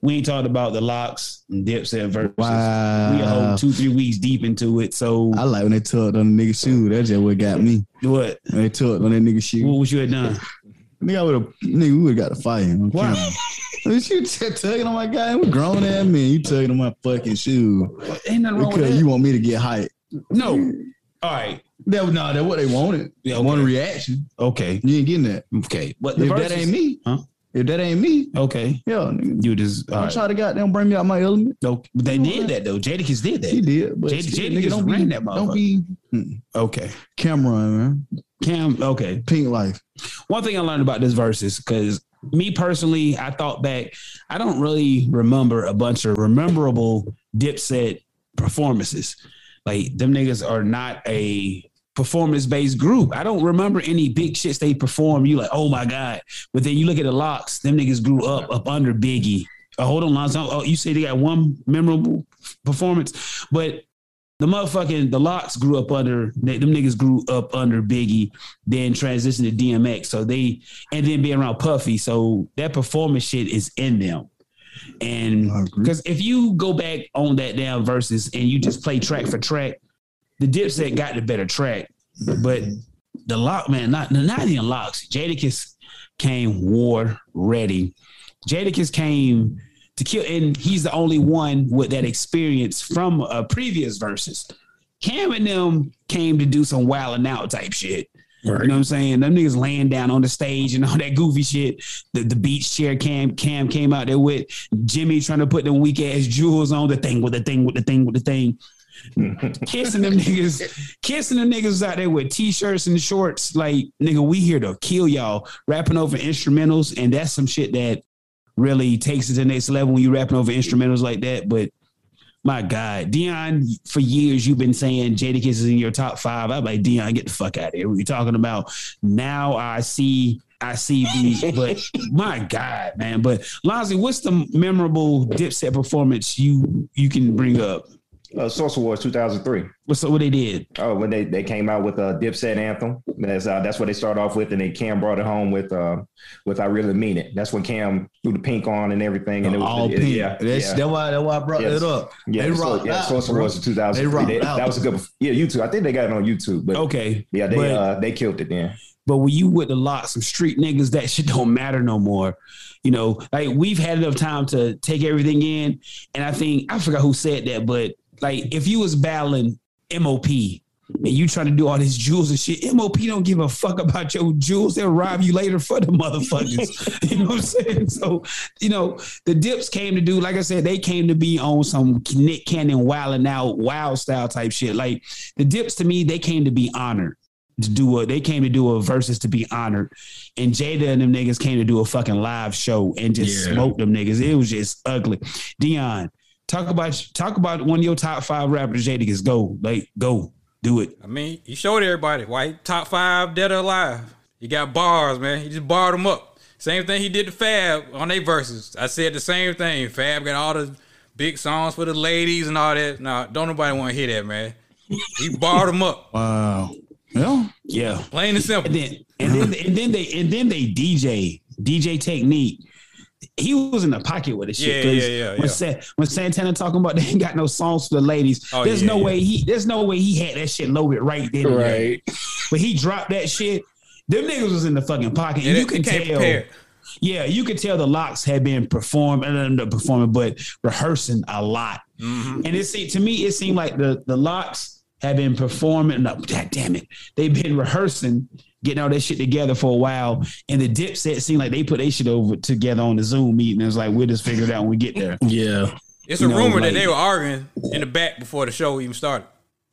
We ain't talked about the locks and Dipset versus. Wow. We a whole two three weeks deep into it. So I like when they tugged on the nigga's shoe. That's just what got me. what? When they tugged on that nigga's shoe. What was you had done? Nigga, I would have. Nigga, we would have got a fire. On Why? camera. Bitch, you t- tugging on my guy. I'm a grown ass man. You tugging on my fucking shoe Ain't nothing wrong with because that. you want me to get hyped. no. All right. That was nah. That what they wanted. Yeah, One okay. reaction. Okay. You ain't getting that. Okay. But the If verses, that ain't me, Huh? if that ain't me, Okay. yeah, nigga, You just all don't right. try to goddamn bring me out my element. No, they did that though. Jadakiss did He that. did, but Jada- still, Jada just don't be ran that don't be Okay. Cameron, man. Cam. Okay. Pink life. one thing I learned about this versus because me personally, I thought back, I don't really remember a bunch of memorable Dipset performances. Like them niggas are not a performance based group. I don't remember any big shits they perform. You like, oh my god! But then you look at the locks. Them niggas grew up up under Biggie. Oh, hold on, Lonzo. Oh, you say they got one memorable performance, but. The motherfucking the locks grew up under them niggas grew up under Biggie then transition to DMX. So they and then be around Puffy. So that performance shit is in them. And I agree. because if you go back on that down versus and you just play track for track, the Dipset got the better track, but the lock man, not not even locks. Jadakiss came war ready. Jadakiss came to kill, and he's the only one with that experience from a previous verses. Cam and them came to do some wilding out type shit. You know what I'm saying? Them niggas laying down on the stage and all that goofy shit. The, the beach chair cam cam came out there with Jimmy trying to put them weak ass jewels on the thing with the thing with the thing with the thing. kissing them niggas, kissing them niggas out there with t-shirts and shorts. Like, nigga, we here to kill y'all. Rapping over instrumentals, and that's some shit that really takes it to the next level when you rapping over instrumentals like that. But my God, Dion, for years you've been saying Jadakiss is in your top five. I'm like, Dion, get the fuck out of here. What are you talking about? Now I see, I see the, but my God, man. But Lonzy, what's the memorable dipset performance you you can bring up? Uh, Source Awards 2003. What's what they did? Oh, when they, they came out with a Dipset anthem. That's uh, that's what they started off with, and then Cam brought it home with uh, with I really mean it. That's when Cam threw the pink on and everything, and it was All it- pink. Yeah, that's yeah. that's why that's why I brought Yes. that up. Yeah, they so- rocked yeah, out, Source bro. Awards in 2000. They rocked They- out. That was a good. Yeah, YouTube. I think they got it on YouTube, but Okay. yeah, they but, uh, they killed it then. But when you with the lots of street niggas, that shit don't matter no more. You know, like we've had enough time to take everything in. And I think I forgot who said that, but like if you was battling MOP and you trying to do all this jewels and shit, MOP don't give a fuck about your jewels. They'll rob you later for the motherfuckers. you know what I'm saying? So, you know, the dips came to do, like I said, they came to be on some Nick Cannon wilding out, wild style type shit. Like the dips to me, they came to be honored to do a they came to do a versus to be honored. And Jada and them niggas came to do a fucking live show and just Yeah. smoked them niggas. It was just ugly. Dion, talk about talk about one of your top five rappers, Jada gets go. Like, go. Do it. I mean, you showed everybody why he top five dead or alive. He got bars, man. He just barred them up. Same thing he did to Fab on their verses. I said the same thing. Fab got all the big songs for the ladies and all that. Nah, don't nobody want to hear that, man. He barred them up. Wow. Yeah. Yeah. Plain and simple. And then and then and then they and then they DJ DJ technique. He was in the pocket with the shit. Yeah, 'cause yeah, yeah, When, yeah. Sa- when Santana talking about they ain't got no songs for the ladies, Oh, there's yeah, no yeah. way he there's no way he had that shit loaded right then. and there. But he dropped that shit. Them niggas was in the fucking pocket. And Yeah, you they- can they can't tell. prepare. Yeah, you could tell the locks had been performed and ended up performing, but rehearsing a lot. And it seemed to me, it seemed like the the locks had been performing. No, God damn it, they've been rehearsing, getting all that shit together for a while. And the Dipset seemed like they put their shit over together on the Zoom meeting. It was like we'll just figure it out when we get there. Yeah. It's a You know, rumor like- that they were arguing in the back before the show even started.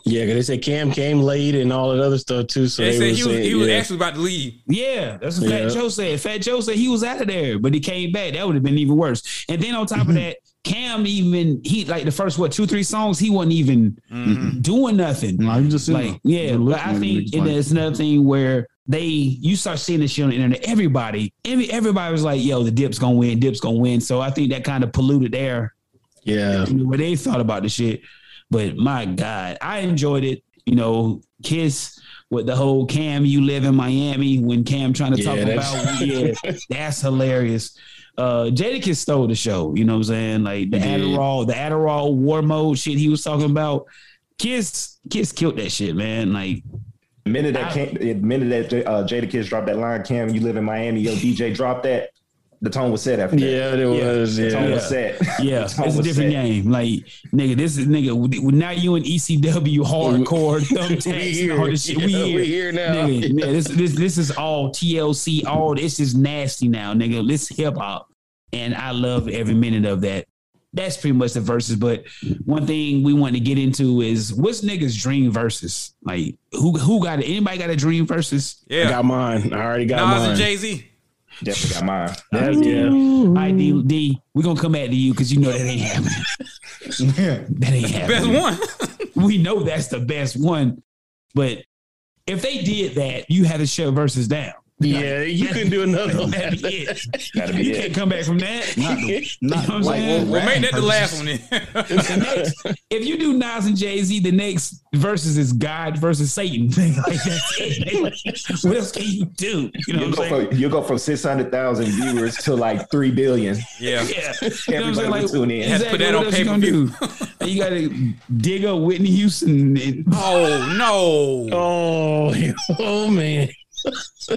Yeah, because they said Cam came late and all that other stuff too. So They they, said were he was, saying, he was yeah. actually about to leave. Yeah, that's what Yeah. Fat Joe said. Fat Joe said he was out of there, but he came back. That would have been even worse. And then on top of that, Cam even he like the first what two three songs he wasn't even Mm-hmm. doing nothing. Nah, you just sitting Like, there. yeah, You're but looking I at think niggas like- it's another thing where they you start seeing this shit on the internet. Everybody, every everybody was like, "Yo, the dip's gonna win, dip's gonna win." So I think that kind of polluted air yeah. you know, where they thought about the shit. But my God, I enjoyed it. You know, Kiss with the whole Cam, you live in Miami when Cam trying to Yeah, talk that's- about yeah, that's hilarious. uh Jadakiss stole the show. You know what I'm saying? Like the Adderall, the Adderall war mode shit he was talking about. Kiss, Kiss killed that shit, man. Like The minute that Cam, the minute that J- uh, Jada Kiss dropped that line, Cam, you live in Miami, yo, DJ dropped that. The tone was set after that. Yeah, it was. The tone Yeah. was set. Yeah, The tone it's a was different set. game. Like nigga, this is nigga. Now you in ECW hardcore thumbtacks and all this shit. we Yeah, here. we here now. Nigga, yeah, this this this is all TLC. All this is nasty now, nigga. This hip hop, and I love every minute of that. That's pretty much the verses. But one thing we want to get into is what's niggas' dream verses? Like who who got it? Anybody got a dream verses? I Yeah. got mine. I already got Nas mine. and Jay Z. Definitely got mine. That's- yeah. ID D, we gonna come back to you because you know that ain't happening. Yeah. That ain't happening. Best one. we know that's the best one. But if they did that, you had to shut versus down. Yeah, you couldn't do another one. That'd be it. Gotta be you it. can't come back from that. Not the, You not know what I'm like, saying? what Well, make rapping that the person- last one then. The next- if you do Nas and Jay Z, the next versus is God versus Satan. like that's it. what else can you do? You know what You'll I'm go, saying? from, you'll go from 600,000 viewers to like 3 billion. Yeah. You yeah. know what I'm Everybody saying? will Like, tune in. Has to put that what on else you gonna do? And you gotta dig up Whitney Houston and Oh no. Oh, oh man. Oh,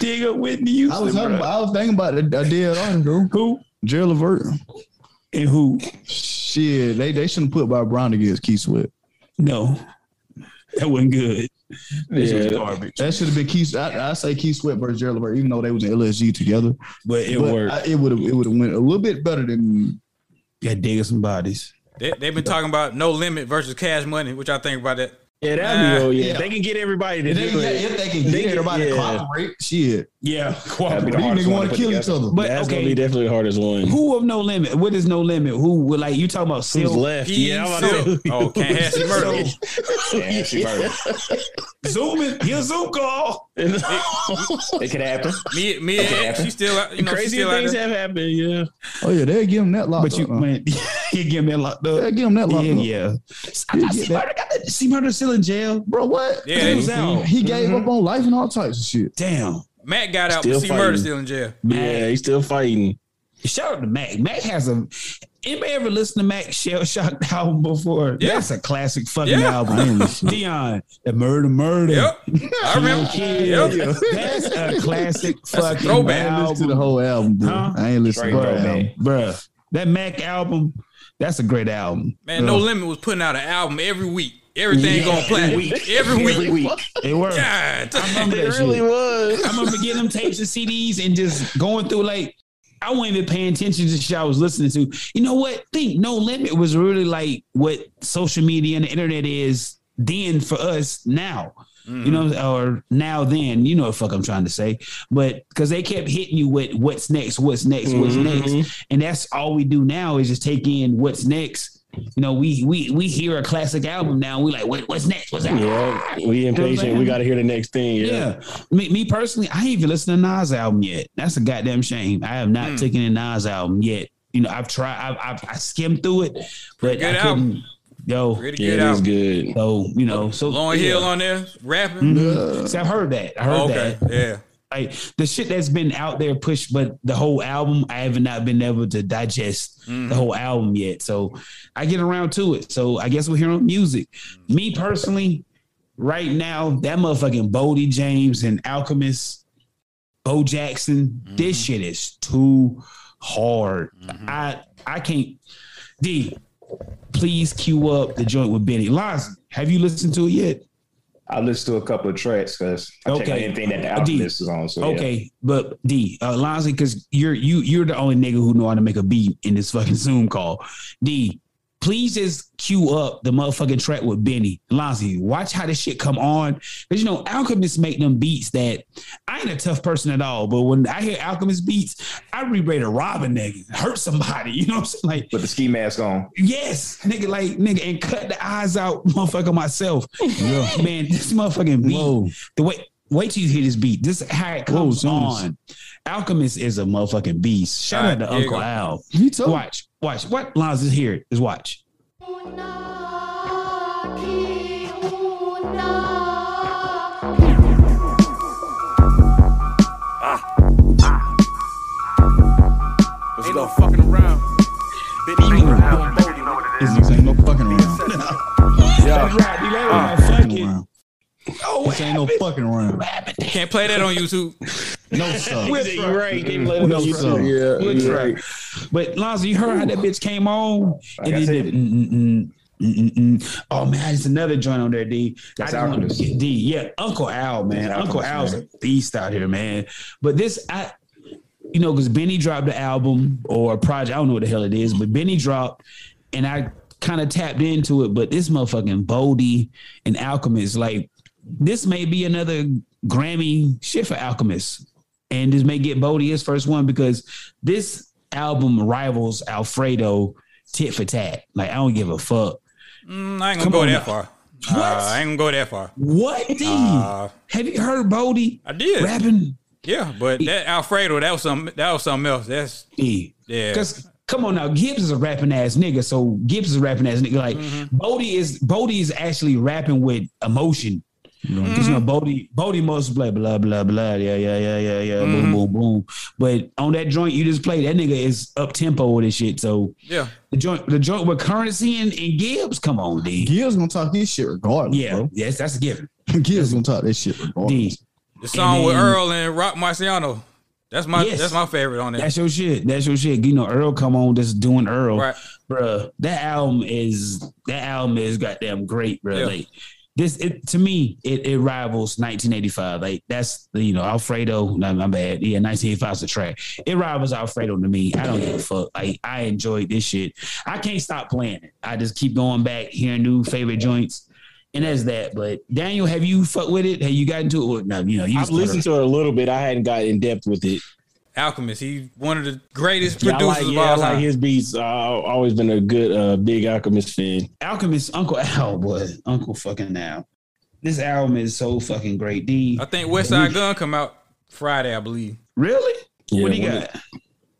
dig up Whitney Houston. I was, talking bruh. about, I was thinking about the a dead artist, bro. who Gerald Levert. and who? Shit, they, they shouldn't put Bob Brown against Keith Sweat. No. That wasn't good. This was Yeah. garbage. That should have been Keith. I, I say Keith Sweat versus Gerald Levert, even though they was in LSG together. But it But worked. I, it would have it would have went a little bit better than Yeah, digging some bodies. They, they've been talking about no limit versus cash money, which I think about that. Yeah, that'd be Uh, oh yeah. yeah. They can get everybody to if do they, it. if they can get They get- everybody to yeah. cooperate. Shit, Yeah, That'd be these the hardest niggas one want to to put kill each together. other. But That's gonna be okay, definitely the hardest one. who of no limit? What is no limit? Who would like you talking about? Who's Silk? left? He Yeah, I'm about to Silk. say- Oh, can't have some murder. Yeah, she murdered. Zoom in, get a Zoom call. It could happen. Me, me, and X, she still, out- you know, she Crazy still out things there. have happened. Yeah. Oh yeah, they give him that lock. But you uh, man, you give Uh-uh. me a locked they up. give him that Yeah, lock. up. yeah. I got C You get that. murder. Got that C murder still in jail. bro. What? Yeah, He they- was out. Mm-hmm. He gave up on life and all types of shit. Damn, Matt got out, Still but see murder fighting. still in jail. Mac. Yeah, he's still fighting. Shout out to Mac. Mac has a. Anybody ever listen to Mac Shell Shocked album before? Yeah. That's a classic fucking Yeah. album. Dion, the murder, murder. Yep, I remember. Kill. Yep. That's a classic fucking throwback. I ain't listen to album. the whole album, dude. Huh? I ain't listen Straight to the whole throwback. album. bruh. That Mac album, that's a great album. Man, No Limit was putting out an album every week. Everything Yeah, going platinum. Every week. It worked. God, I remember It that really shit. was. I remember getting them tapes and CDs and just going through like I wasn't even paying attention to the shit I was listening to. You know what? Think No Limit was really like what social media and the internet is then for us now. Mm. You Mm-hmm. know, or now then, you know what the fuck I'm trying to say. But because they kept hitting you with what's next, what's next, what's Mm-hmm. Mhm. next. And that's all we do now is just take in what's next. You know, we we we hear a classic album now. We like, what, what's next? What's next? Yeah, we impatient. We got to hear the next thing. Yeah. Yeah. Me, me personally, I ain't even listened to Nas album yet. That's a goddamn shame. I have Hmm. not taken a Nas album yet. You know, I've tried. I've, I've I skimmed through it, but Good I couldn't. Yo, Pretty Yeah, good it is album. good. so you know, so Lauren yeah. Hill on there rapping. Mhm. See, I've heard that. I heard okay, that. yeah. Like the shit that's been out there pushed, but the whole album, I have not been able to digest the whole album yet. So I get around to it. So I guess we're here on music. Me personally, right now, that motherfucking Bodie James and Alchemist, Bo Jackson, this shit is too hard. Mm-hmm. I I can't. D, please cue up the joint with Benny. Lonzo, have you listened to it yet? I listened to a couple of tracks because I okay. checked out Okay. anything that the Uh, D. Alchemist is on. So yeah. Okay, but D, uh, Lonzy, because you're you you're the only nigga who know how to make a beat in this fucking Zoom call. D, please just cue up the motherfucking track with Benny Lonzy. Watch how this shit come on, because you know Alchemists make them beats that I ain't a tough person at all. But when I hear Alchemist beats, I be ready to rob a nigga, hurt somebody. You know what I'm saying? Like With the ski mask on. Yes, nigga, like nigga, and cut the eyes out, motherfucker, myself. Man, this motherfucking beat. Whoa. The way wait till you hear this beat. This is how it comes Whoa, Jesus. on. Alchemist is a motherfucking beast. Shout out Alright, to here you Uncle go. Al. You told me. Watch, watch. What lines is here? Is watch. Una, una. Ain't no fucking around. Bitch, ain't around. This ain't no fucking around. Yeah. Right, you got to Fucking fucking. around. This ain't no fucking around. Can't play that on YouTube. No sub. You're right. Can't play No sub. Yeah, What's yeah. right? But Lonzo, you heard how that bitch came on, Like I and said. then mm, mm, mm, mm, mm. oh man, it's another joint on there, D. I That's just wanted Alchemist. to get D. Yeah, Uncle Al, man. That's Uncle Alchemist, Al's man. a beast out here, man. But this, I, you know, because Benny dropped the album or a project, I don't know what the hell it is, but Benny dropped, and I kind of tapped into it. But this motherfucking Bodie and Alchemist, like this may be another Grammy shit for Alchemist. And this may get Bodie his first one because this album rivals Alfredo tit for tat. Like, I don't give a fuck. Mm, I ain't gonna Come go on that now. far. What? Mm. Uh, I ain't gonna go that far. What? D? Uh, Have you heard Bodie I did. rapping? Yeah, but that Alfredo, that was something. That was something else. That's D. yeah. Because come on now, Gibbs is a rapping ass nigga. So Gibbs is a rapping ass nigga. Like Bodie is Bodie is actually rapping with emotion. Because you know Bodie Bodie most blah blah blah blah yeah yeah yeah yeah yeah boom boom boom. But on that joint you just played, that nigga is up tempo with his shit. So Yeah. the joint the joint with currency and, and Gibbs, come on, D. Gil's gonna talk his shit regardless. Yeah, Yeah, yes, that's a given. bro. Gil's gonna talk this shit regardless. D. The song with then- Earl and Rock Marciano. That's my Yes. that's my favorite on there. That's your shit. That's your shit. You know, Earl come on just doing Earl. Right. Bruh, that album is that album is goddamn great, bro. Yeah. Like this it, to me, it, it rivals 1985. Like that's you know, Alfredo. No, my bad. Yeah, 1985 is the track. It rivals Alfredo to me. I don't give a fuck. Like I enjoyed this shit. I can't stop playing it. I just keep going back, hearing new favorite joints. And that's that. But Daniel, have you fucked with it? Have you gotten to it? Well, No, you know, you I've listened to it a little bit. I hadn't got in depth with it. Alchemist. He one of the greatest Yeah, I producers like, of yeah, I all like time. his beats. Uh, I've always been a good, uh, big Alchemist fan. Alchemist, Uncle Al, boy, Uncle fucking Al. This album is so fucking great. D, I think West Side Gun come out Friday, I believe. really? what do you Yeah,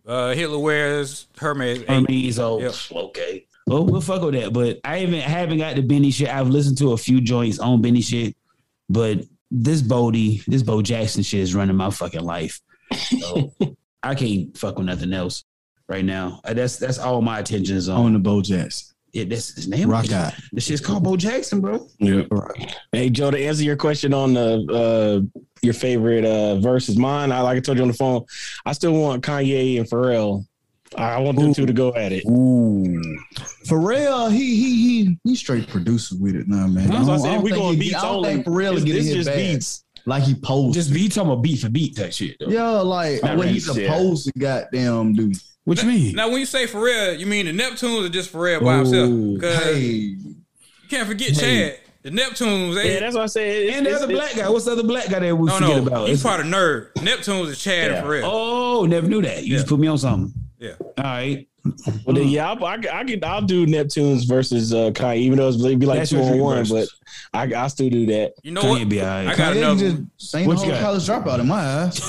got? Uh, Hitler wears Hermes. I mean, so Yep. oh, okay. Well, we'll fuck with that. But I haven't haven't got the Benny shit. I've listened to a few joints on Benny shit, but this Bodie, this Bo Jackson shit is running my fucking life. So I can't fuck with nothing else right now. Uh, That's that's all my attention is On on. the Bo Jackson. Yeah, that's his name. Rock out. This shit's called Bo Jackson, bro. Yep. Hey Joe, to answer your question on the uh, your favorite uh, versus mine, I like I told you on the phone, I still want Kanye and Pharrell. I I want them two to go at it. Ooh, Pharrell, he he he he straight producer with it now, man. That's what I don't- said. We think going he- beats I don't only. think Pharrell This- get this hit just bad. beats. like he posed. just be talking about beat for beat type shit. Though. yeah, like Not what really he shit. supposed to goddamn do. What you mean? Now, when you say Pharrell, you mean the Neptunes or just Pharrell by himself? Because Hey, you can't forget Chad. The Neptunes, they, Yeah, that's what I said. It's- And the it's- other it's- black guy. What's the other black guy that we no, forget no, about? he's It's- part of Nerd. Neptunes is Chad Yeah. and Pharrell. oh, never knew that. You just Yeah. put me on something. Yeah. All right. Well, then, yeah, I, I, I can. I'll do Neptunes versus uh, Kanye, even though it's it'd be like That's two your on dream one, but versus. I I still do that. You know Kanye what? be all right. I got Kanye another just one. ain't What the you got? whole college dropout in my eyes.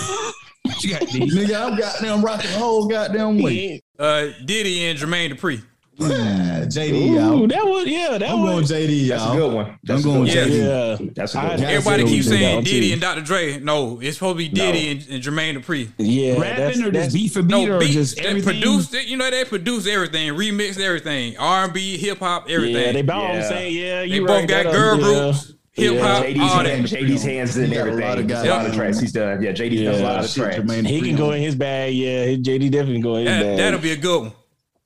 What you got, D? Nigga, I'm goddamn rocking the whole goddamn way. Yeah. Uh, Diddy and Jermaine Dupri. Yeah, JD Ooh, out. that was yeah, that I'm going was JD That's a good out. one. I'm That's a going good with Yeah. JD. yeah. That's a I- good one. That's Everybody what keeps it was saying about, Diddy too. and Dr. Dre. No, it's supposed to be Diddy and, and Jermaine Dupri. yeah. that's- Rapping or that's- just beat for beat No, or beat, just they everything? produced it. You know, they produced everything, remixed everything, R and B, hip hop, everything. Yeah, they they both I'm Yeah. saying yeah. You both right, got that- girl yeah. groups, hip hop, JD's, all that. hand, JD's hands in He got a lot everything. of There's guys a lot of on tracks him. he's done. Yeah, JD's done Yeah. a lot of Shit, tracks. Jermaine He can Dupri. go in his bag. Yeah, JD definitely go in his That, bag. that'll be a good one.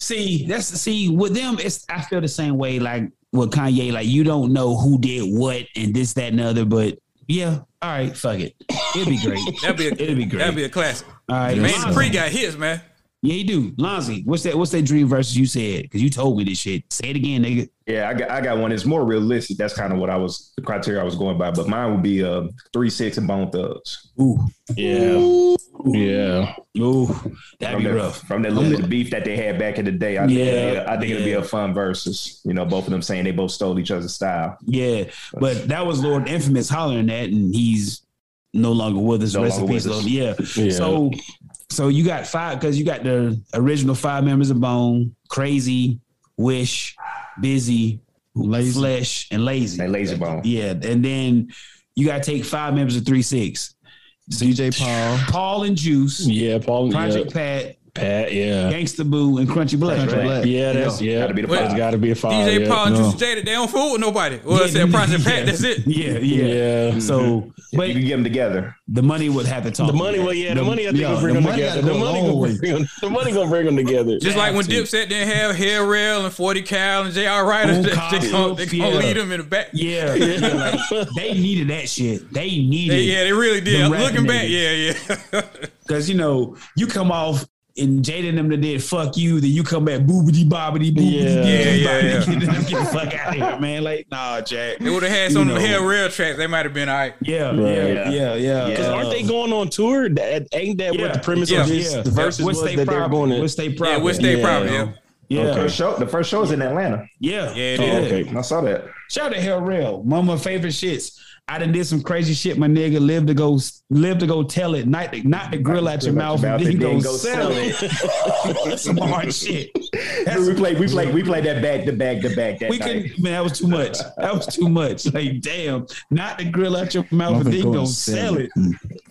See, that's see with them. It's I feel the same way. Like with Kanye, like you don't know who did what and this, that, and the other. But yeah, all right, fuck it. It'd be great. That'd be a, It'd be great. That'd be a classic. all right, Man, Lonzo. Dupri got hits, man. Yeah, you do, Lonzy. What's that? What's that dream versus you said? Because you told me this shit. Say it again, nigga. Yeah, I got I got one. It's more realistic. That's kind of what I was the criteria I was going by. But mine would be uh three six and bone thugs. Ooh, Yeah. Yeah. ooh, that'd From be that, rough. from that little bit of beef that they had back in the day. I think, Yeah, it'd be a- I think it'll be yeah. a fun versus. You know, both of them saying they both stole each other's style. Yeah, but that was Lord Infamous hollering that, and he's no longer with us. No Rest in longer peace, with us. Lord. Yeah. Yeah. So, so you got five because you got the original five members of Bone, Crazy, Wish, Busy, Lazy. Flesh, and Lazy. They lazy bone. Yeah, and then you got to take five members of Three Six. DJ Paul, Paul and Juice, Yeah, Paul. Project yeah. Pat, Pat. Yeah. Gangsta Boo, and Crunchy Black. Country right? Black. Yeah, that's yeah. Gotta be the That's five. Gotta be the five. DJ Oh, yeah. Paul and no. Juicy J, they don't fool with nobody. Well, I said Project Pat, that's it. Yeah, yeah. Yeah. So, But but you can get them together. the money would have to talk. The money, well, yeah, the, money. I think yeah, will bring the them money together. gotta The go a money, long gonna way. bring them, the money gonna bring them together. Just like when Have to. Dipset didn't have Hair Rail and 40 Cal and J.R. Ryder, Old they, Cosby, they gonna, they gonna yeah. lead them in the back. Yeah, Yeah, yeah, like, they needed that shit. They they, needed really did. The rap Looking back, yeah, yeah. because you know you come off and Jaden them that did fuck you, then you come back boobity bobbity boobity. Yeah. Yeah, yeah, yeah. Get the fuck out of here, man. Like nah, Jack. they would have had You some of know. the Hair Rail tracks. They might have been all right. Yeah, yeah, Right. yeah, yeah. Uh, Because aren't they going on tour? That ain't that Yeah. what the premise Yeah. of this Yeah. the verses What's was they that they're problem? going to? What's they Yeah, problem? which they Yeah. probably, yeah. Yeah, First show, the first show is in Atlanta. yeah. Yeah, it Oh, is. okay. I saw that. Shout out to Hell Real, one of my favorite shits. I done did some crazy shit, my nigga. Live to go, live to go tell it. Not to, not to grill out your mouth, and then go, sell it. That's some hard shit. That's- we played, we played, we played that back to back to back. That we night. couldn't. Man, that was too much. That was too much. Like, damn, not to grill out your mouth, and then go sell it.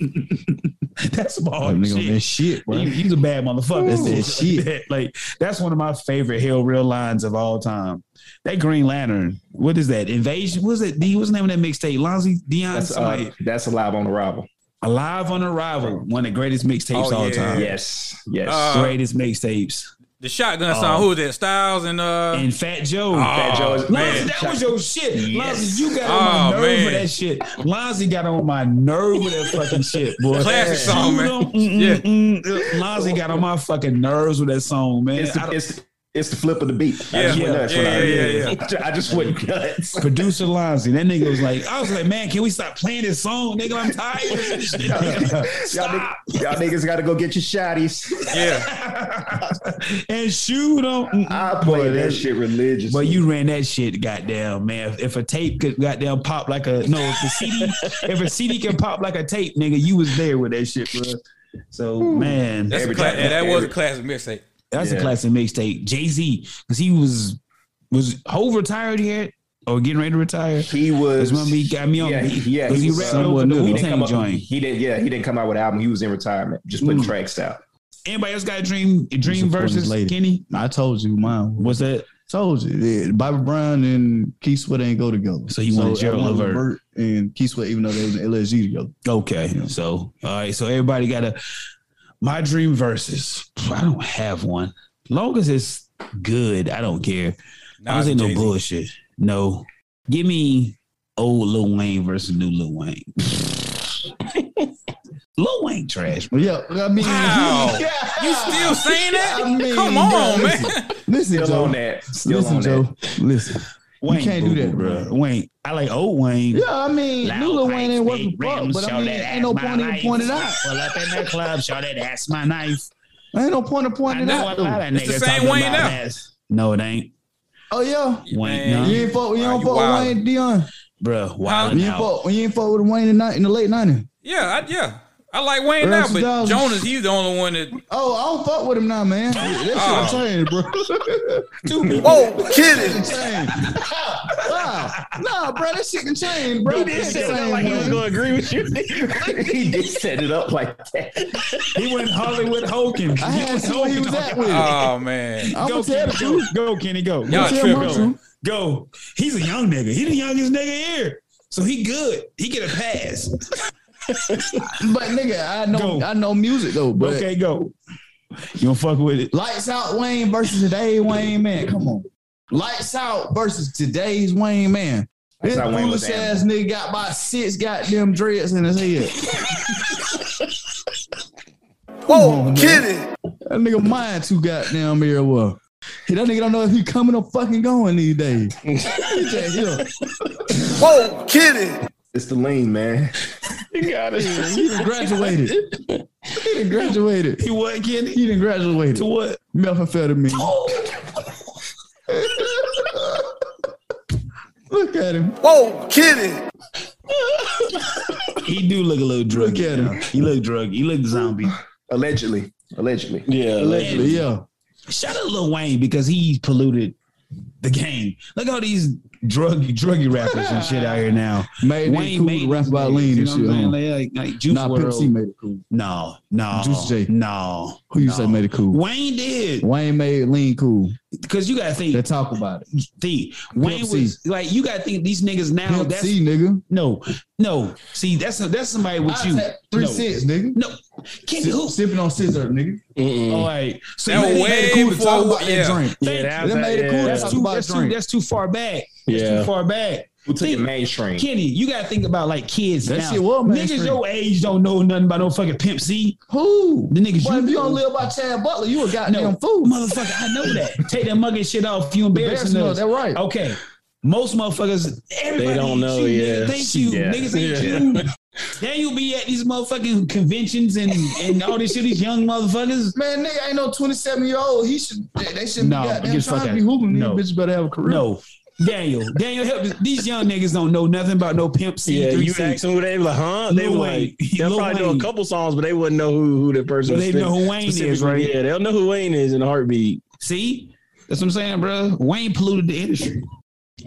That's some Oh, hard nigga, Mm, that shit. shit, bro. He, he's a bad motherfucker. That's that Like shit. that. Like that's one of my favorite Hell Real lines of all time. That Green Lantern. What is that? Invasion? What is it? D. What's the name of that mixtape? Lonzy Dion. That's somebody. uh, that's alive on arrival. Alive on Arrival, one of the greatest mixtapes Oh, all yeah. time. Yes, yes. Uh, Greatest mixtapes. The shotgun song, who was that? Styles and uh Uh, And Fat Joe. Fat Joe is- Lonzy, man. that was your shit. Lonzy, you got on my nerve Oh, with man. that shit. Lonzy got on my nerve with that fucking shit, boy. Classic song, man. Yeah. Lonzy got on my fucking nerves with that song, man. it's, I the, don't- it's, it's the flip of the beat. I Yeah. just went nuts when I Yeah, heard yeah, it. yeah, I ju- I just went nuts. Producer Lonzy, that nigga was like, I was like, man, can we stop playing this song, nigga? I'm tired. of this shit, nigga." Y'all, Stop. niggas, y'all niggas gotta go get your shotties. yeah. and shoot him. I play that that- shit religious. But you ran that shit, goddamn man. If, if a tape could goddamn pop like a no, if a CD, if a CD can pop like a tape, nigga, you was there with that shit, bro. So man, That's a Every cla- time- yeah, that was a every- classic mixtape. that's a yeah. classic mixtape. Jay Z, because he was was Hove retired yet or getting ready to retire? he was Because when we got me on, yeah, he- yeah, because he he, was rapped over somewhat the new. Wu he didn't come Tang up, joint. he did yeah, he didn't come out with an album. He was in retirement, just putting Mm. tracks out. Anybody else got a dream? a Dream Supporting versus his lady. Kenny? I told you mine. What's that? Told you, yeah, Bobby Brown and Keith Sweat ain't go together. So he wanted Gerald everyone Levert. Levert and Keith Sweat, even though they was in LSG together. Okay. So, all right. So everybody got a my dream versus. I don't have one. Long as it's good, I don't care. I Nah, don't say no Jay-Z. bullshit. No. Give me old Lil Wayne versus new Lil Wayne. Lil Wayne trash. But yeah, I mean, Wow. yeah. You still saying that? I mean, Come yeah, on, man. listen. Listen, Still Joe. on that. Still Listen, on Joe. that. Listen. Wayne can't do that, boo-boo, bruh. Wayne. I like old Wayne. Yeah, I mean, Loud New Lil pipes, Wayne ain't worth the big fuck, rims, but I show mean, that ain't no ass my point in life. pointing it out. Pull up in the club, show that ass my knife. Ain't no point in I pointing it know a out. lot of Though. It's the niggas same talking Wayne about now. ass. No, it ain't. Oh yeah, Wayne, Man. no. you ain't fuck, you Wow, don't Uh-huh. you fuck wild. with Wayne Dion. Bruh, Huh? wilding You ain't out. fuck, you ain't fuck with Wayne in, ni- in the late nineties. Yeah, I, yeah. I like Wayne Earl now, but 2000. Jonas, he's the only one that. Oh, I don't fuck with him now, man. That shit Oh. changed, bro. Whoa, kidding. Changed. nah, nah, bro, that shit can change, bro. He did That say shit that like he ain't was Wayne. gonna agree with you. he did set it up like that. He went Hollywood Hogan. I had to see where he was at with. it. Oh man, I'm Go, gonna tell the Kenny, truth. go, go, Kenny, go. Y'all Go. Tell tripping. my truth. Go. He's a young nigga. He the youngest nigga here. So he good. He get a pass. But nigga, I know Go. I know music though. But okay, go. You don't fuck with it. Lights out Wayne versus today Wayne man. Come on. Lights out versus today's Wayne man. This That's how Wayne was foolish ass nigga got about six goddamn dreads in his head. Whoa, kidding. That nigga mind too goddamn very well. Hey, that nigga don't know if he coming or fucking going these days. He just, you know, Whoa, kidding. It's the lean, man. you got it. he done graduated. He done graduated. He wasn't Kenny. He done graduated. To what? Methamphetamine. Oh, Look at him. Whoa, kidding. he do look a little drug. Look at him. He look drug. He look zombie. Allegedly. Allegedly. Yeah, like, Allegedly, yeah. Shout out Lil Wayne because he polluted the game. Look how these druggy druggy rappers and shit out here now. Made it Wayne cool made to rap these about days, lean you know what and shit. I'm huh? saying? Like, like, Juice Nah, Pimp World. C made it cool. No, no, Juice J. no. Who you no. say made it cool? Wayne did Wayne made lean cool. because you gotta They think. talk about it. think Wayne Pimp C. was like you gotta think these niggas now. Pimp that's C, nigga. no, no. See, that's that's somebody with I you. said Three no. cents, nigga. No, can Si- who? Sipping on scissor, nigga. All Mm-mm. right, so That you- They way made it cool to talk before- about yeah. that drink. Thank that They was- made it cool. yeah. That's that's talk too about that's too drink. that's too far back. That's Yeah. too far back. We took it Think- mainstream. Kenny, you gotta think about like kids That now. shit was mainstream. niggas your age don't know nothing about no fucking Pimp C. Who? The niggas Boy, you if you know. don't live by Chad Butler, you a goddamn No. fool. motherfucker, I know that. Take that mugging shit off. You embarrassing Embarrassing us, us. That right. Okay. Most motherfuckers, everybody They don't ain't know, you, yeah. Nigga, thank you, Yeah. niggas ain't you. Then you'll be at these motherfucking conventions and, and all this shit. These young motherfuckers. Man, nigga ain't no 27 year old. He should they- they shouldn't No, be get goddamn the fuck trying to out. be hooping. No. These bitches better have a career. No, Daniel, Daniel, help us. These young niggas don't know nothing about no pimp C. Yeah, three you C. ask them who they be like, huh? They Lil were Wayne. like, they'll Lil probably know Wayne. a couple songs, but they wouldn't know who who the person. But they spec- know who Wayne is, specifically- right? Yeah, they'll know who Wayne is in a heartbeat. See, that's what I'm saying, bro. Wayne polluted the industry.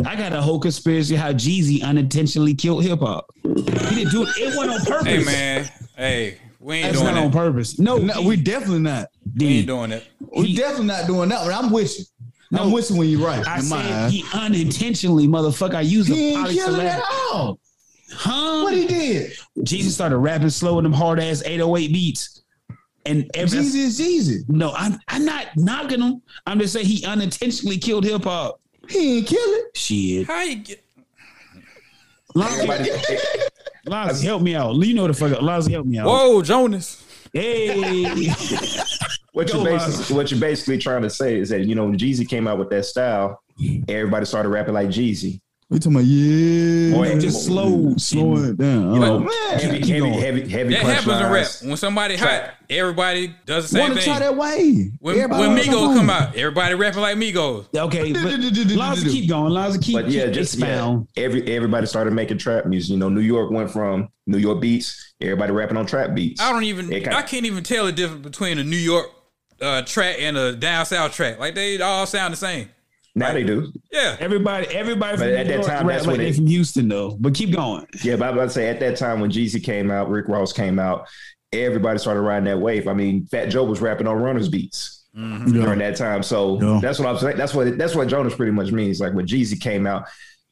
I got a whole conspiracy how Jeezy unintentionally killed hip hop. He didn't do it. It wasn't on purpose. Hey man, hey, we ain't That's doing not on that. purpose. No, No, he- we definitely not. We ain't did. doing that. We He- definitely not doing that. But I'm wishing. I'm No. wishing when you're right. I in my said eyes. he unintentionally, motherfucker. I used He a ain't killing at polysyllabic. all. Huh? What he did? Jesus started rapping slow in them hard ass 808 beats. And every Jeezy is Jeezy. no, I'm I'm not knocking him. I'm just saying he unintentionally killed hip hop. He ain't kill it. Shit. How you get? Lonzy, Everybody- Lonzy, help me out. You know the fuck. Lonzy, help me out. Whoa, Jonas. Hey. what, Go, you're basically, what you're basically trying to say is that, you know, when Jeezy came out with that style, everybody started rapping like Jeezy. We talking about yeah. Boy, just slow. Slow it down. You Oh, know, man. heavy, Keep heavy, going. heavy, heavy That happens in rap. punchlines. When somebody hot, everybody does the same Want to try thing. that way? When, when Migos come out, everybody rapping like Migos. Okay. But Lonzy, Lonzo keep going. Lonzy, keep, But yeah, keep just yeah, expound. every everybody started making trap music. You know, New York went from New York beats, everybody rapping on trap beats. I don't even. It kinda- I can't even tell the difference between a New York uh, track and a down south track. Like they all sound the same. now they do. Yeah. Everybody, everybody But from at New that York time, rap that's like what they it- from Houston though. But keep going. Yeah, but I was about to say at that time when Jeezy came out, Rick Ross came out, everybody started riding that wave. I mean, Fat Joe was rapping on runners beats during that time. So Yeah. that's what I'm saying. That's what that's what Jonas pretty much means. Like when Jeezy came out,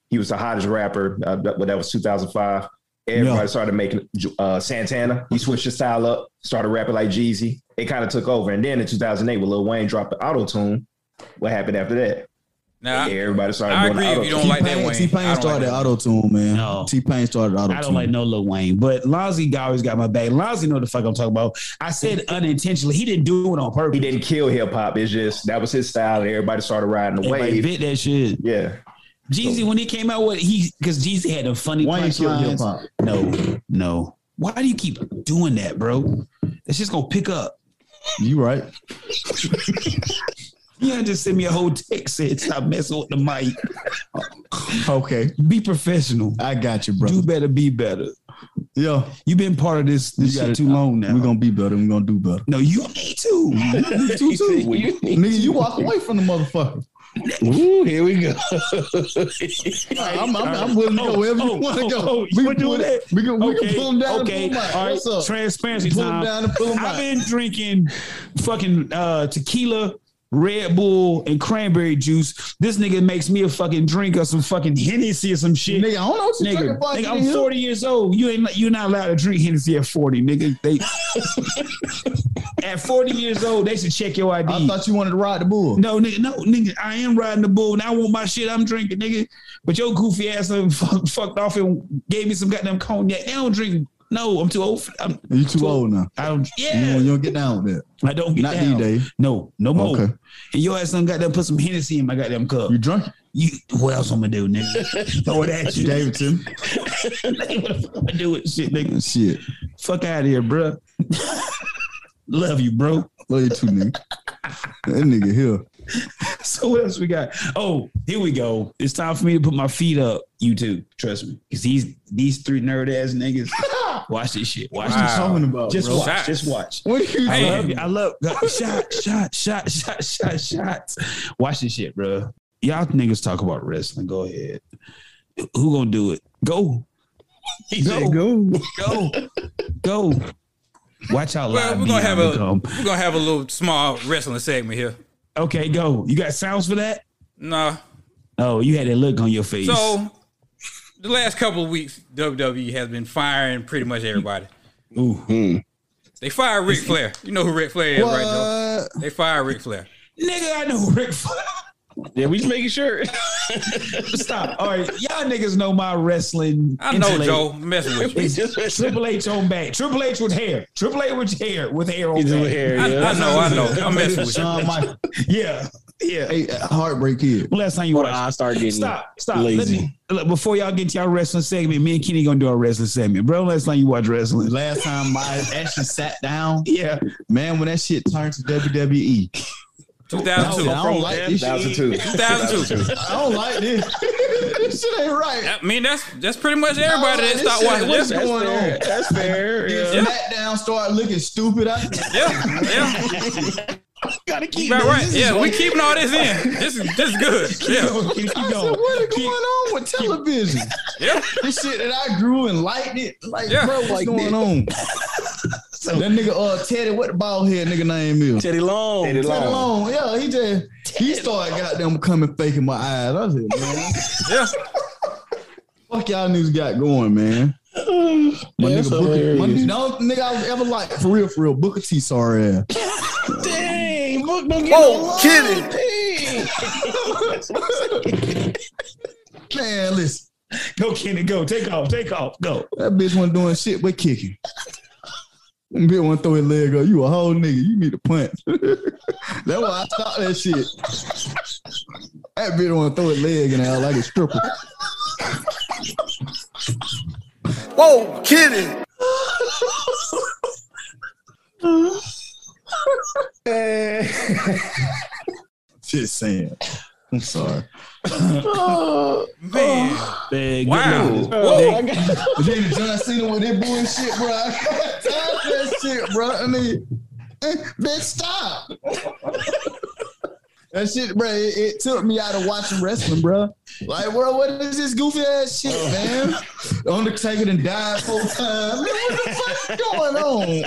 he was the hottest rapper. Uh, that, well, that was 2005. Everybody Yeah. started making uh, Santana. He switched his style up, started rapping like Jeezy. It kind of took over. And then in 2008, when Lil Wayne dropped the auto tune, what happened after that? Now I, everybody started I doing agree if you auto-tune. don't like that Wayne. T Pain I don't like started that. auto tune, man. No. T Pain started auto tune. I don't like no Lil Wayne, but Lonzy always got my back. Lonzy know the fuck I'm talking about. I said unintentionally. He didn't do it on purpose. He didn't kill hip hop. It's just that was his style. And everybody started riding the Everybody wave. bit that shit. Yeah. Jeezy when he came out with he because Jeezy had a funny Wayne killed hip punchline. hop. No, no. Why do you keep doing that, bro? That's just gonna pick up. You right? You gotta just send me a whole text saying stop messing with the mic. Okay, Be professional. I got you, brother. Do better. Be better. Yo, You've been part of this, this You shit uh, gotta- too long now. we're gonna be better. We're gonna do better. no, you need to. Two, two. Nigga, you walk away from the motherfucker. Ooh, here we go. I'm, I'm, I'm willing to go wherever you oh, want to oh, go. oh, you wanna do pull, that? We can, we Okay, can pull him down okay, and pull him out. all right. What's up? Transparency Pull him time. down and pull him I've out. been drinking fucking uh, tequila, Red Bull, and cranberry juice. This nigga makes me a fucking drink of some fucking Hennessy or some shit. Nigga, I don't know what you're Nigga, talking about. nigga, You I'm didn't hear? 40 years old. You ain't you're not allowed to drink Hennessy at 40, nigga. They at 40 years old, they should check your ID. I thought you wanted to ride the bull. No, nigga, no, nigga, I am riding the bull and I want my shit. I'm drinking, nigga. But your goofy ass done fuck, fucked off and gave me some goddamn cognac. They don't drink. No, I'm too old. For, I'm, You too old now. I don't. You, Yeah, don't, you don't get down with that. I don't get Not down. D-Day. No, no more. Okay. And your ass done goddamn put some Hennessy in my goddamn cup. You drunk? it? You, what else I'm gonna do, nigga? Throw it at You you. gave it to me. Nigga, what the fuck I'm gonna do with shit, nigga? Shit. Fuck out of here, bro. Love you, bro. Love you too, nigga. That nigga here. So what else we got? Oh, here we go. It's time for me to put my feet up. You too, trust me, because these these three nerd ass niggas. Watch this shit. Watch What you Wow. talking about, this. Just bro? watch. Shots. Just watch. What are you I Hey. talking love. I love. Shot. Shot. Shot. Shot. Shot. Shot. Shots. Watch this shit, bro. y'all niggas talk about wrestling. Go ahead. Who gonna do it? Go. Go. Go. Go. go. Watch out Well, live. we're gonna Beyond have a come. we're gonna have a little small wrestling segment here. Okay, go. You got sounds for that? Nah. Oh, you had that look on your face. So the last couple of weeks, WWE has been firing pretty much everybody. Ooh. They fired Ric Flair. You know who Ric Flair is right now. What? They fired Ric Flair. nigga, I know Rick. Yeah, we just making sure. Stop. All right, y'all niggas know my wrestling. I know intellect. Joe I'm messing with you. we just making sure. Triple H on back. Triple H with hair. Triple H with hair. With hair on He's over back. here, I, yeah. I know, I know. I'm messing with you. Shawn Michael. Yeah. Yeah. Uh, Hey, heartbreak kid. Last time you When watched. I start getting Stop. Stop. Let lazy. me, look, before y'all get to y'all wrestling segment, me and Kenny gonna do our wrestling segment. Bro, last time you watched wrestling. Last time I actually sat down, Yeah. man, when that shit turned to WWE, 2002. I don't like this shit. 2002. 2002. I don't like this. this shit ain't right. I mean, that's that's pretty much everybody that this stopped shit- watching. what's Yeah, going on? That's fair. Yeah. Yeah. SmackDown started looking stupid. I, yeah, yeah. Gotta keep Right, it. right. Yeah, we keeping all this in. This is this is good. Yeah, Keep I said, going. what is going on with television? yeah. this shit that I grew and liked it. Like, Yeah. bro, what's going on? that nigga uh Teddy, what the bald head nigga name is? Teddy Long. Teddy Teddy Long. Long. Yeah, he just he started goddamn coming faking my eyes. I said, man, yeah. fuck y'all niggas got going, man. My Yeah, nigga that's Booker, my hilarious. nigga, the only nigga I was ever like for real, for real, Booker T. Sorry ass. Dang, Book don't get Whoa, no love. kidding. Dang. Man, listen, Go, Kenny, go. Take off. Take off. Go. that bitch wasn't doing shit but kicking. That Bitch want to throw his leg up. You a whole nigga. You need to punch. That's why I stopped that shit. That bitch want to throw his leg in there like a stripper. Whoa, kidding. Just saying. I'm sorry. Man. Man, good Wow. luck. Whoa. But then the John Cena with that bullshit, bro. I can't stop that shit, bro. I mean, eh, bitch, stop. That shit, bro. It, it took me out of watching wrestling, bro. Like, bro, what is this goofy ass shit, Oh. man? The Undertaker done died full time. Man, what the fuck is going on?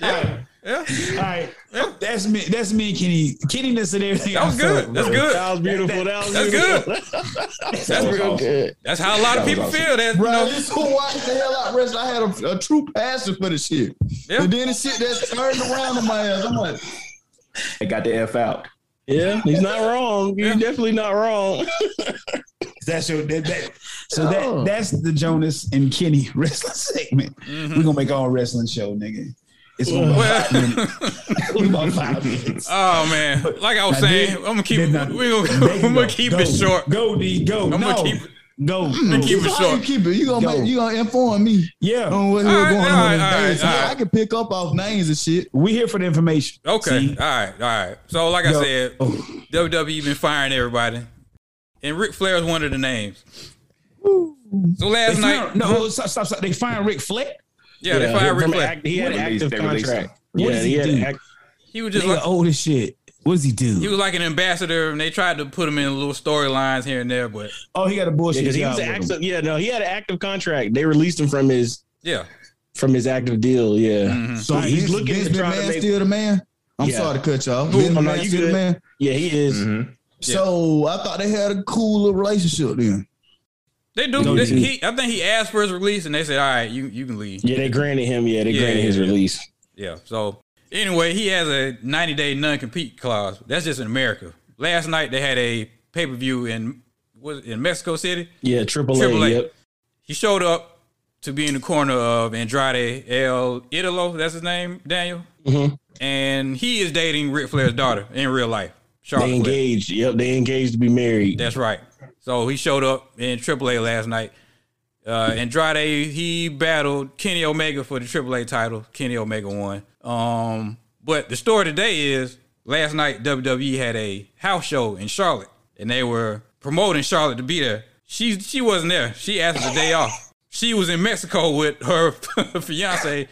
Yeah. All right. That's me. That's me and Kenny. Kenny listed everything. That was I felt, good. That's bro. good. That was beautiful. That was That's beautiful. good. That was real awesome. good. That's how a lot That of was people awesome. feel. That you Bro, I know, used to watch the hell out wrestling. I had a, a true passion for the shit. Yeah. And then the shit that's turned around in my ass. I'm like, They got the F out. Yeah, he's not wrong. He's Yeah. definitely not wrong. That's your that, that- so that that's the Jonas and Kenny wrestling segment. We're gonna make our own wrestling show, nigga. It's gonna be about five minutes. Mm-hmm. well, It's about five minutes. oh man, like I was Now, saying, did- I'm gonna keep did we not- gonna, There I'm you gonna go. keep Go. it short. Go, D. Go. gonna no. keep it- Go. keep it so how you short. keep it? You gonna Yo. make, you gonna inform me? Yeah. on what's All right, going all on in right, all the right, day. So all right. I can pick up off names and shit. We here for the information. Okay. See? Oh. All right. All right. So, like I Yo. said, WWE been firing everybody, and Ric Flair is one of the names. So last They night, found, no, stop, stop, stop. They find Rick Flair. yeah, they fired Ric From Flair. act- He had an They released- active they released him. contract. What Yeah, does he he had an do? act- He was just Nigga, like, old as shit. What does he do? he was like an ambassador, and they tried to put him in little storylines here and there, but oh, he got a yeah, bullshit. 'cause he job was an with him. active. Yeah, no, he had an active contract. They released him from his yeah, from his active deal. Yeah, Mm-hmm. So He's Vince- looking Vince to try to McMahon make- still the man. I'm Yeah. sorry to cut y'all. Ooh, Vince oh, no, McMahon you still good. the man. yeah, he is. Mhm. Yeah. So I thought they had a cool little relationship then. they do. No, they- dude. he, I think he asked for his release, and they said, "All right, you you can leave." Yeah, they granted him. Yeah, they Yeah, granted yeah, his yeah. release. Yeah. So anyway, he has a 90 day non compete clause. That's just in America. Last night they had a pay per view in was it in Mexico City. Yeah, triple Triple A. A. Yep. He showed up to be in the corner of Andrade El Idolo. That's his name, Daniel. Mhm. And he is dating Ric Flair's daughter in real life, Charlotte. They Flair. engaged. Yep, they engaged to be married. That's right. So he showed up in AAA last night. Uh, Andrade he battled Kenny Omega for the AAA title. Kenny Omega won. Um, but the story today is last night WWE had a house show in Charlotte, and they were promoting Charlotte to be there. She she wasn't there. She asked for the day off. She was in Mexico with her fiance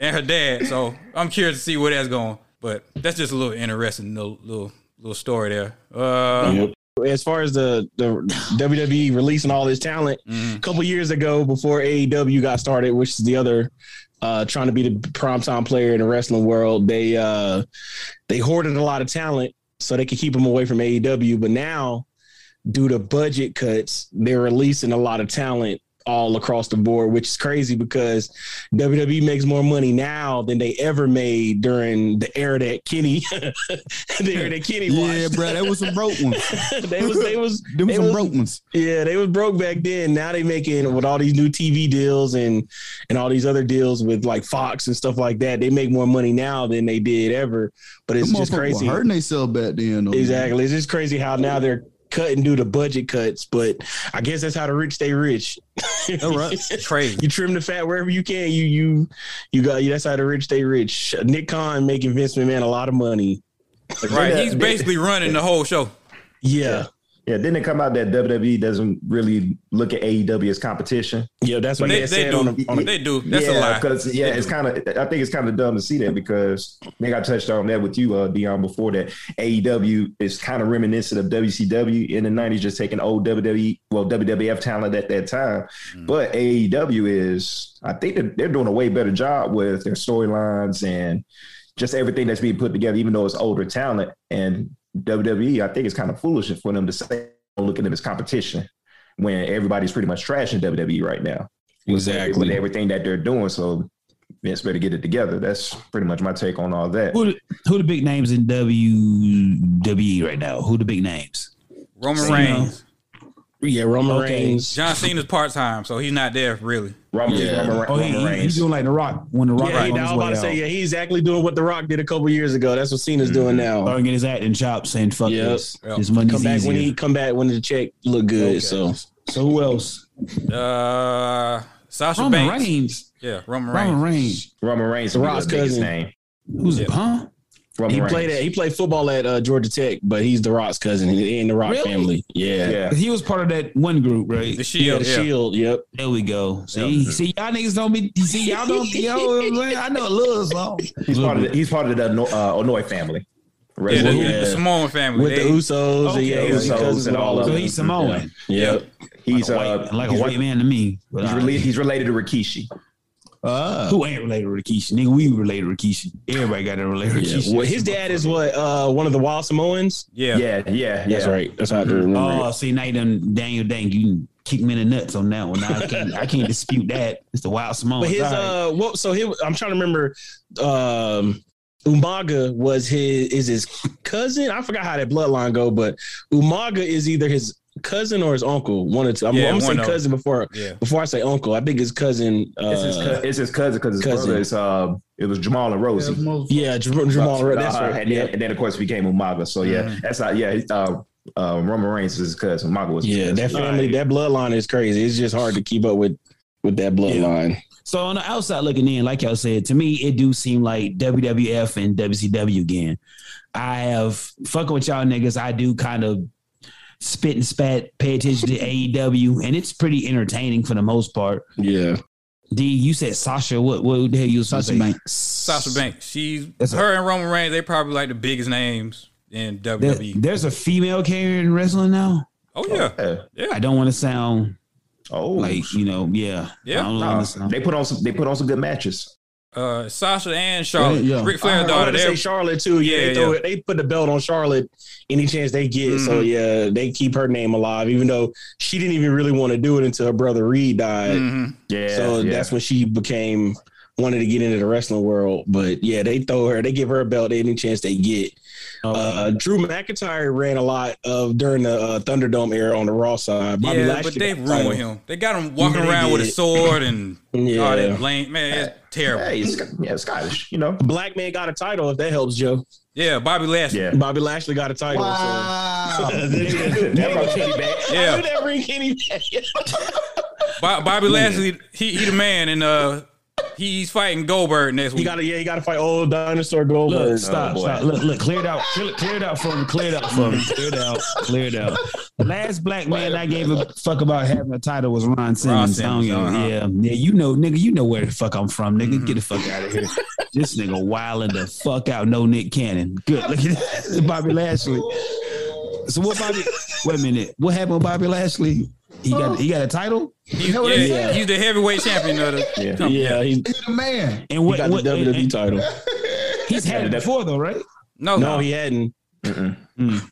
and her dad. So I'm curious to see where that's going. But that's just a little interesting little little, little story there. Uh, Yep. As far as the, the WWE releasing all this talent, mm, a couple years ago before AEW got started, which is the other uh, trying to be the primetime player in the wrestling world, they uh, they hoarded a lot of talent so they could keep them away from AEW. But now, due to budget cuts, they're releasing a lot of talent all across the board, which is crazy because WWE makes more money now than they ever made during the era that Kenny, the era that Kenny Yeah, watched. bro, that was some broke ones. they was they was Them They some was- broke ones. yeah, they was broke back then. Now they making with all these new TV deals and and all these other deals with like Fox and stuff like that. They make more money now than they did ever. But it's Them just motherfuckers were crazy. Hurting themselves back then. Though. Exactly. It's just crazy how now they're cutting due to budget cuts. But I guess that's how the rich stay rich. All right. trade. you trim the fat wherever you can. You you you got you. That's how the rich stay rich. Nick Khan making Vince McMahon a lot of money. Right. Yeah, He's they- basically running the whole show. Yeah, Yeah, didn't it come out that WWE doesn't really look at AEW as competition? yeah. That's what They, they, they said do. on the on the they do. That's yeah, a lie. Because yeah, it's kind of I think it's kind of dumb to see that because I think I touched on that with you, uh, Dion, before that AEW is kind of reminiscent of WCW in the '90s, just taking old WWE, well WWF talent at that time. But AEW is, I think that they're doing a way better job with their storylines and just everything that's being put together, even though it's older talent. And WWE, I think it's kind of foolish for them to say look at them as competition when everybody's pretty much trashing WWE right now with every- with everything that they're doing. So Vince better get it together. That's pretty much my take on all that. Who the, who the big names in WWE right now? Who the big names? Roman Cena. Reigns. yeah Roman Okay. Reigns. John Cena's part time, so he's not there really. Roman, Yeah. Roman, Oh, he, Roman he, he's Reigns. doing like The Rock when The Rock yeah, was he, on I his was about way to out. say, yeah, he's exactly doing what The Rock did a couple years ago. That's what Cena's doing now. Starting to get his acting chops saying fuck Yep. this. Yep. This money's Come back easier. when he come back when the check look good. Okay. So so who else? Uh, Sasha Roman Banks. Reigns. Yeah, Roman Reigns. Roman Reigns. Roman Reigns. The would be Rock's the biggest cousin. Name. Who's Yeah. huh? Roman he Reigns. played at, he played football at uh, Georgia Tech, but he's the Rock's cousin. He in the Rock Really? family. Yeah. yeah. Yeah. 'Cause He was part of that one group, right? The Yeah, Shield. the yeah. Shield. Yep. There we go. See, see, y'all niggas don't be. See, y'all don't. you know what I'm saying? I know a little song. He's part of the, he's part of the Ono- uh, Onoi family. Yeah, the, Yeah. the Samoan family. With they- the Usos. Okay. and yeah, he's Usos cousins and with all all of of So them. them. he's Samoan, Yep. He's like, uh a white, like a he's- white man to me. But He's, I- rela- he's related to Rikishi. Ah. who ain't related to Rikishi? Nigga, we related to Rikishi. Everybody got to relate to Yeah. Rikishi. Well, his dad is what uh, one of the Wild Samoans. yeah. Yeah, yeah, yeah. That's right. That's how I remember. Oh, it. see, now you done, Daniel Dang, you kick me in the nuts on that one. Now, I can't, I can't dispute that. It's the wild Samoan. Oh, But his Sorry. uh, what? So he, I'm trying to remember. Um, Umaga was his is his cousin. I forgot how that bloodline go, but Umaga is either his cousin or his uncle. One or two. I'm, Yeah, I'm one gonna of say cousin before Yeah. before I say uncle. I think his cousin. Uh, It's his, cou- it's his cousin because his Cousin. brother is uh, it was Jamal and Rosie. yeah, Jam- Jamal. Right, that's Uh, right. And then, and then of course he became Umaga. So yeah, that's not yeah. he- Uh, uh, Roman Reigns is his cousin. Umaga was his yeah, cousin. that family, that bloodline is crazy. It's just hard to keep up with with that bloodline. So on the outside looking in, like y'all said, to me it do seem like WWF and WCW again. I have fucking with y'all niggas. I do kind of spit and spat, pay attention to AEW, and it's pretty entertaining for the most part. Yeah, D, you said Sasha. What what the hell you was supposed to say? Sasha Sasha Banks. She's That's a- her and Roman Reigns. They probably like the biggest names in There- E. WWE. there's a female carrier in wrestling now. oh yeah, Yeah. I yeah. don't want to sound Oh, like you know, yeah, Yeah, I don't nah, wanna sound- they put on some. They put on some good matches. Uh, Sasha and Charlotte. Yeah, yeah. Ric I, Flair's I wanted daughter. to say They, Charlotte too. Yeah, Yeah, they, throw yeah. It, they put the belt on Charlotte any chance they get. So Mm-hmm. yeah, they keep her name alive, even though she didn't even really want to do it until her brother Reed died. Mhm. Yeah. so yeah. that's when she became wanted to get into the wrestling world. But yeah, they throw her, they give her a belt any chance they get. Oh, Uh, Drew McIntyre ran a lot of during the uh, Thunderdome era on the Raw side. Bobby yeah, Lashley but they got ruined the title. him. They got him walking Yeah, they around with a did. sword and all that Yeah. blame. Man, it's terrible. Hey, it's, yeah, Scottish. You know. Black man got a title if that helps, Joe. Yeah, Bobby Lashley. Yeah. Bobby Lashley got a title. so- that brought Kenny back. I Yeah. knew that ring Kenny back. Bo- Bobby Lashley. He he the man, and uh, he's fighting Goldberg next He week. got to yeah, he got to fight old dinosaur Goldberg. Uh, Look, stop, boy. stop. Look, look, clear it out. Clear, clear it out for me. Clear it out for me. Clear it out. Clear it out. The last black man I gave a fuck about having a title was Ron Simmons. I don't Simmons, give a- Yeah, uh-huh. yeah, you know, nigga, you know where the fuck I'm from, nigga. Mhm. Get the fuck out of here. this nigga wilding the fuck out. No Nick Cannon. Good. Look at that. Bobby Lashley. So what Bobby wait a minute. What happened with Bobby Lashley? He got he got a title? He- yeah, He's the heavyweight champion of the Yeah. company. Yeah, he, he He's the man. And what, got what the E and- WWE and title. he's had it before though, right? No, No, he hadn't.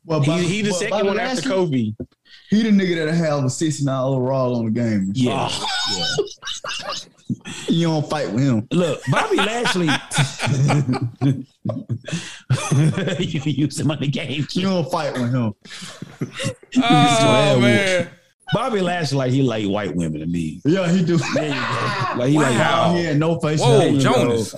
Well, He, he the well, second Bobby one after Lashley, Kobe. He the nigga that'll have a 69 overall on the game. Yeah. You don't fight with him. Look, Bobby Lashley. you use him on the game. You don't fight with him. Oh man. Bobby Lashley, like he like white women to me. Yeah, he do. Like he like Wow. Wow. He had no face. Whoa, value. Jonas.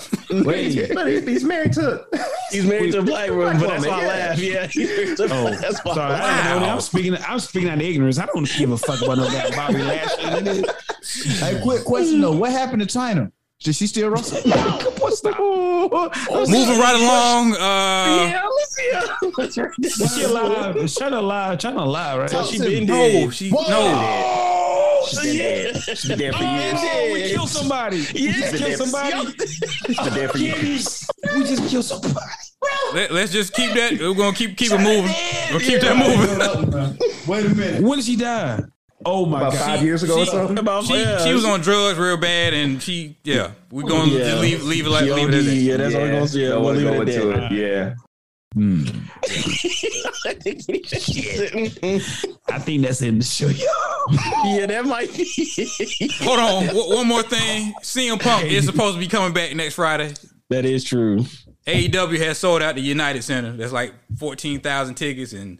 But he- he's married to. He's married to a black woman, but that's woman, why I yeah. laugh. Yeah, he's married to a Oh, black- that's why. I sorry. laugh. I don't know. I'm speaking. I'm speaking out of ignorance. I don't give a fuck about no damn Bobby Lashley. nigga. Hey, quick question though. What happened to China? Does she still wrestle? Oh, What's the Moving right along. Uh, Yeah, let's see. That's right. She alive? Shut up, lie. Trying to lie, right? She been No, dead. she Whoa. no. Oh, She's been dead. yeah. She's been dead for years. Oh, we killed somebody. We just Yeah. killed somebody. She's been dead for years. We just killed somebody. Let, us just keep that. We're gonna keep keep it moving. We'll keep that moving. Wait a minute. When did she die? Oh my About god. five years ago or she- something. About She yeah. she was on drugs real bad, and she yeah. We're gonna uh, Yeah. just leave leave it like She uh, leave it OD'd, at that. Yeah, that's all we're gonna say. no We'll one's leave it going at to it. that. Yeah. Hmm. I think that's in the show. yeah, that might be. Hold on, w- one more thing. CM Punk is supposed to be coming back next Friday. that is true. AEW has E sold out the United Center. That's like fourteen thousand tickets, and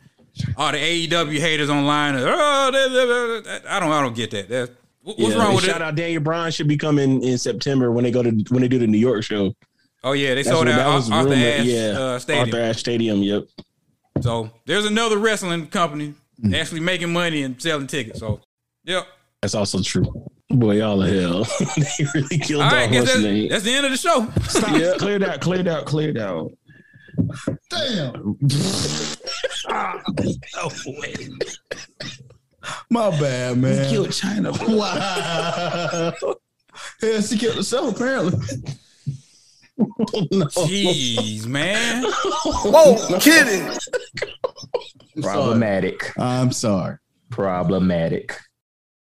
all the AEW haters online. Are, oh, they- they- they- I don't, I don't get that. That's, what- what's Yeah. wrong with Shout it? out Daniel Bryan should be coming in September when they go to when they do the New York show. Oh yeah, they That's sold what- out Ar- Arthur rumored. Ashe uh, Stadium. Arthur Ashe Stadium. Yep. So there's another wrestling company Hmm. actually making money and selling tickets. So yep. That's also true. Boy, y'all are hell. they really killed All right, our I guess horse that's, name. that's the end of the show. Stop. Cleared out. Cleared out. Cleared out. Damn. Oh, wait. My bad, man. killed China. Wow. Yeah, she killed herself apparently. Jeez, man. Whoa, kidding. Problematic. I'm sorry. Problematic.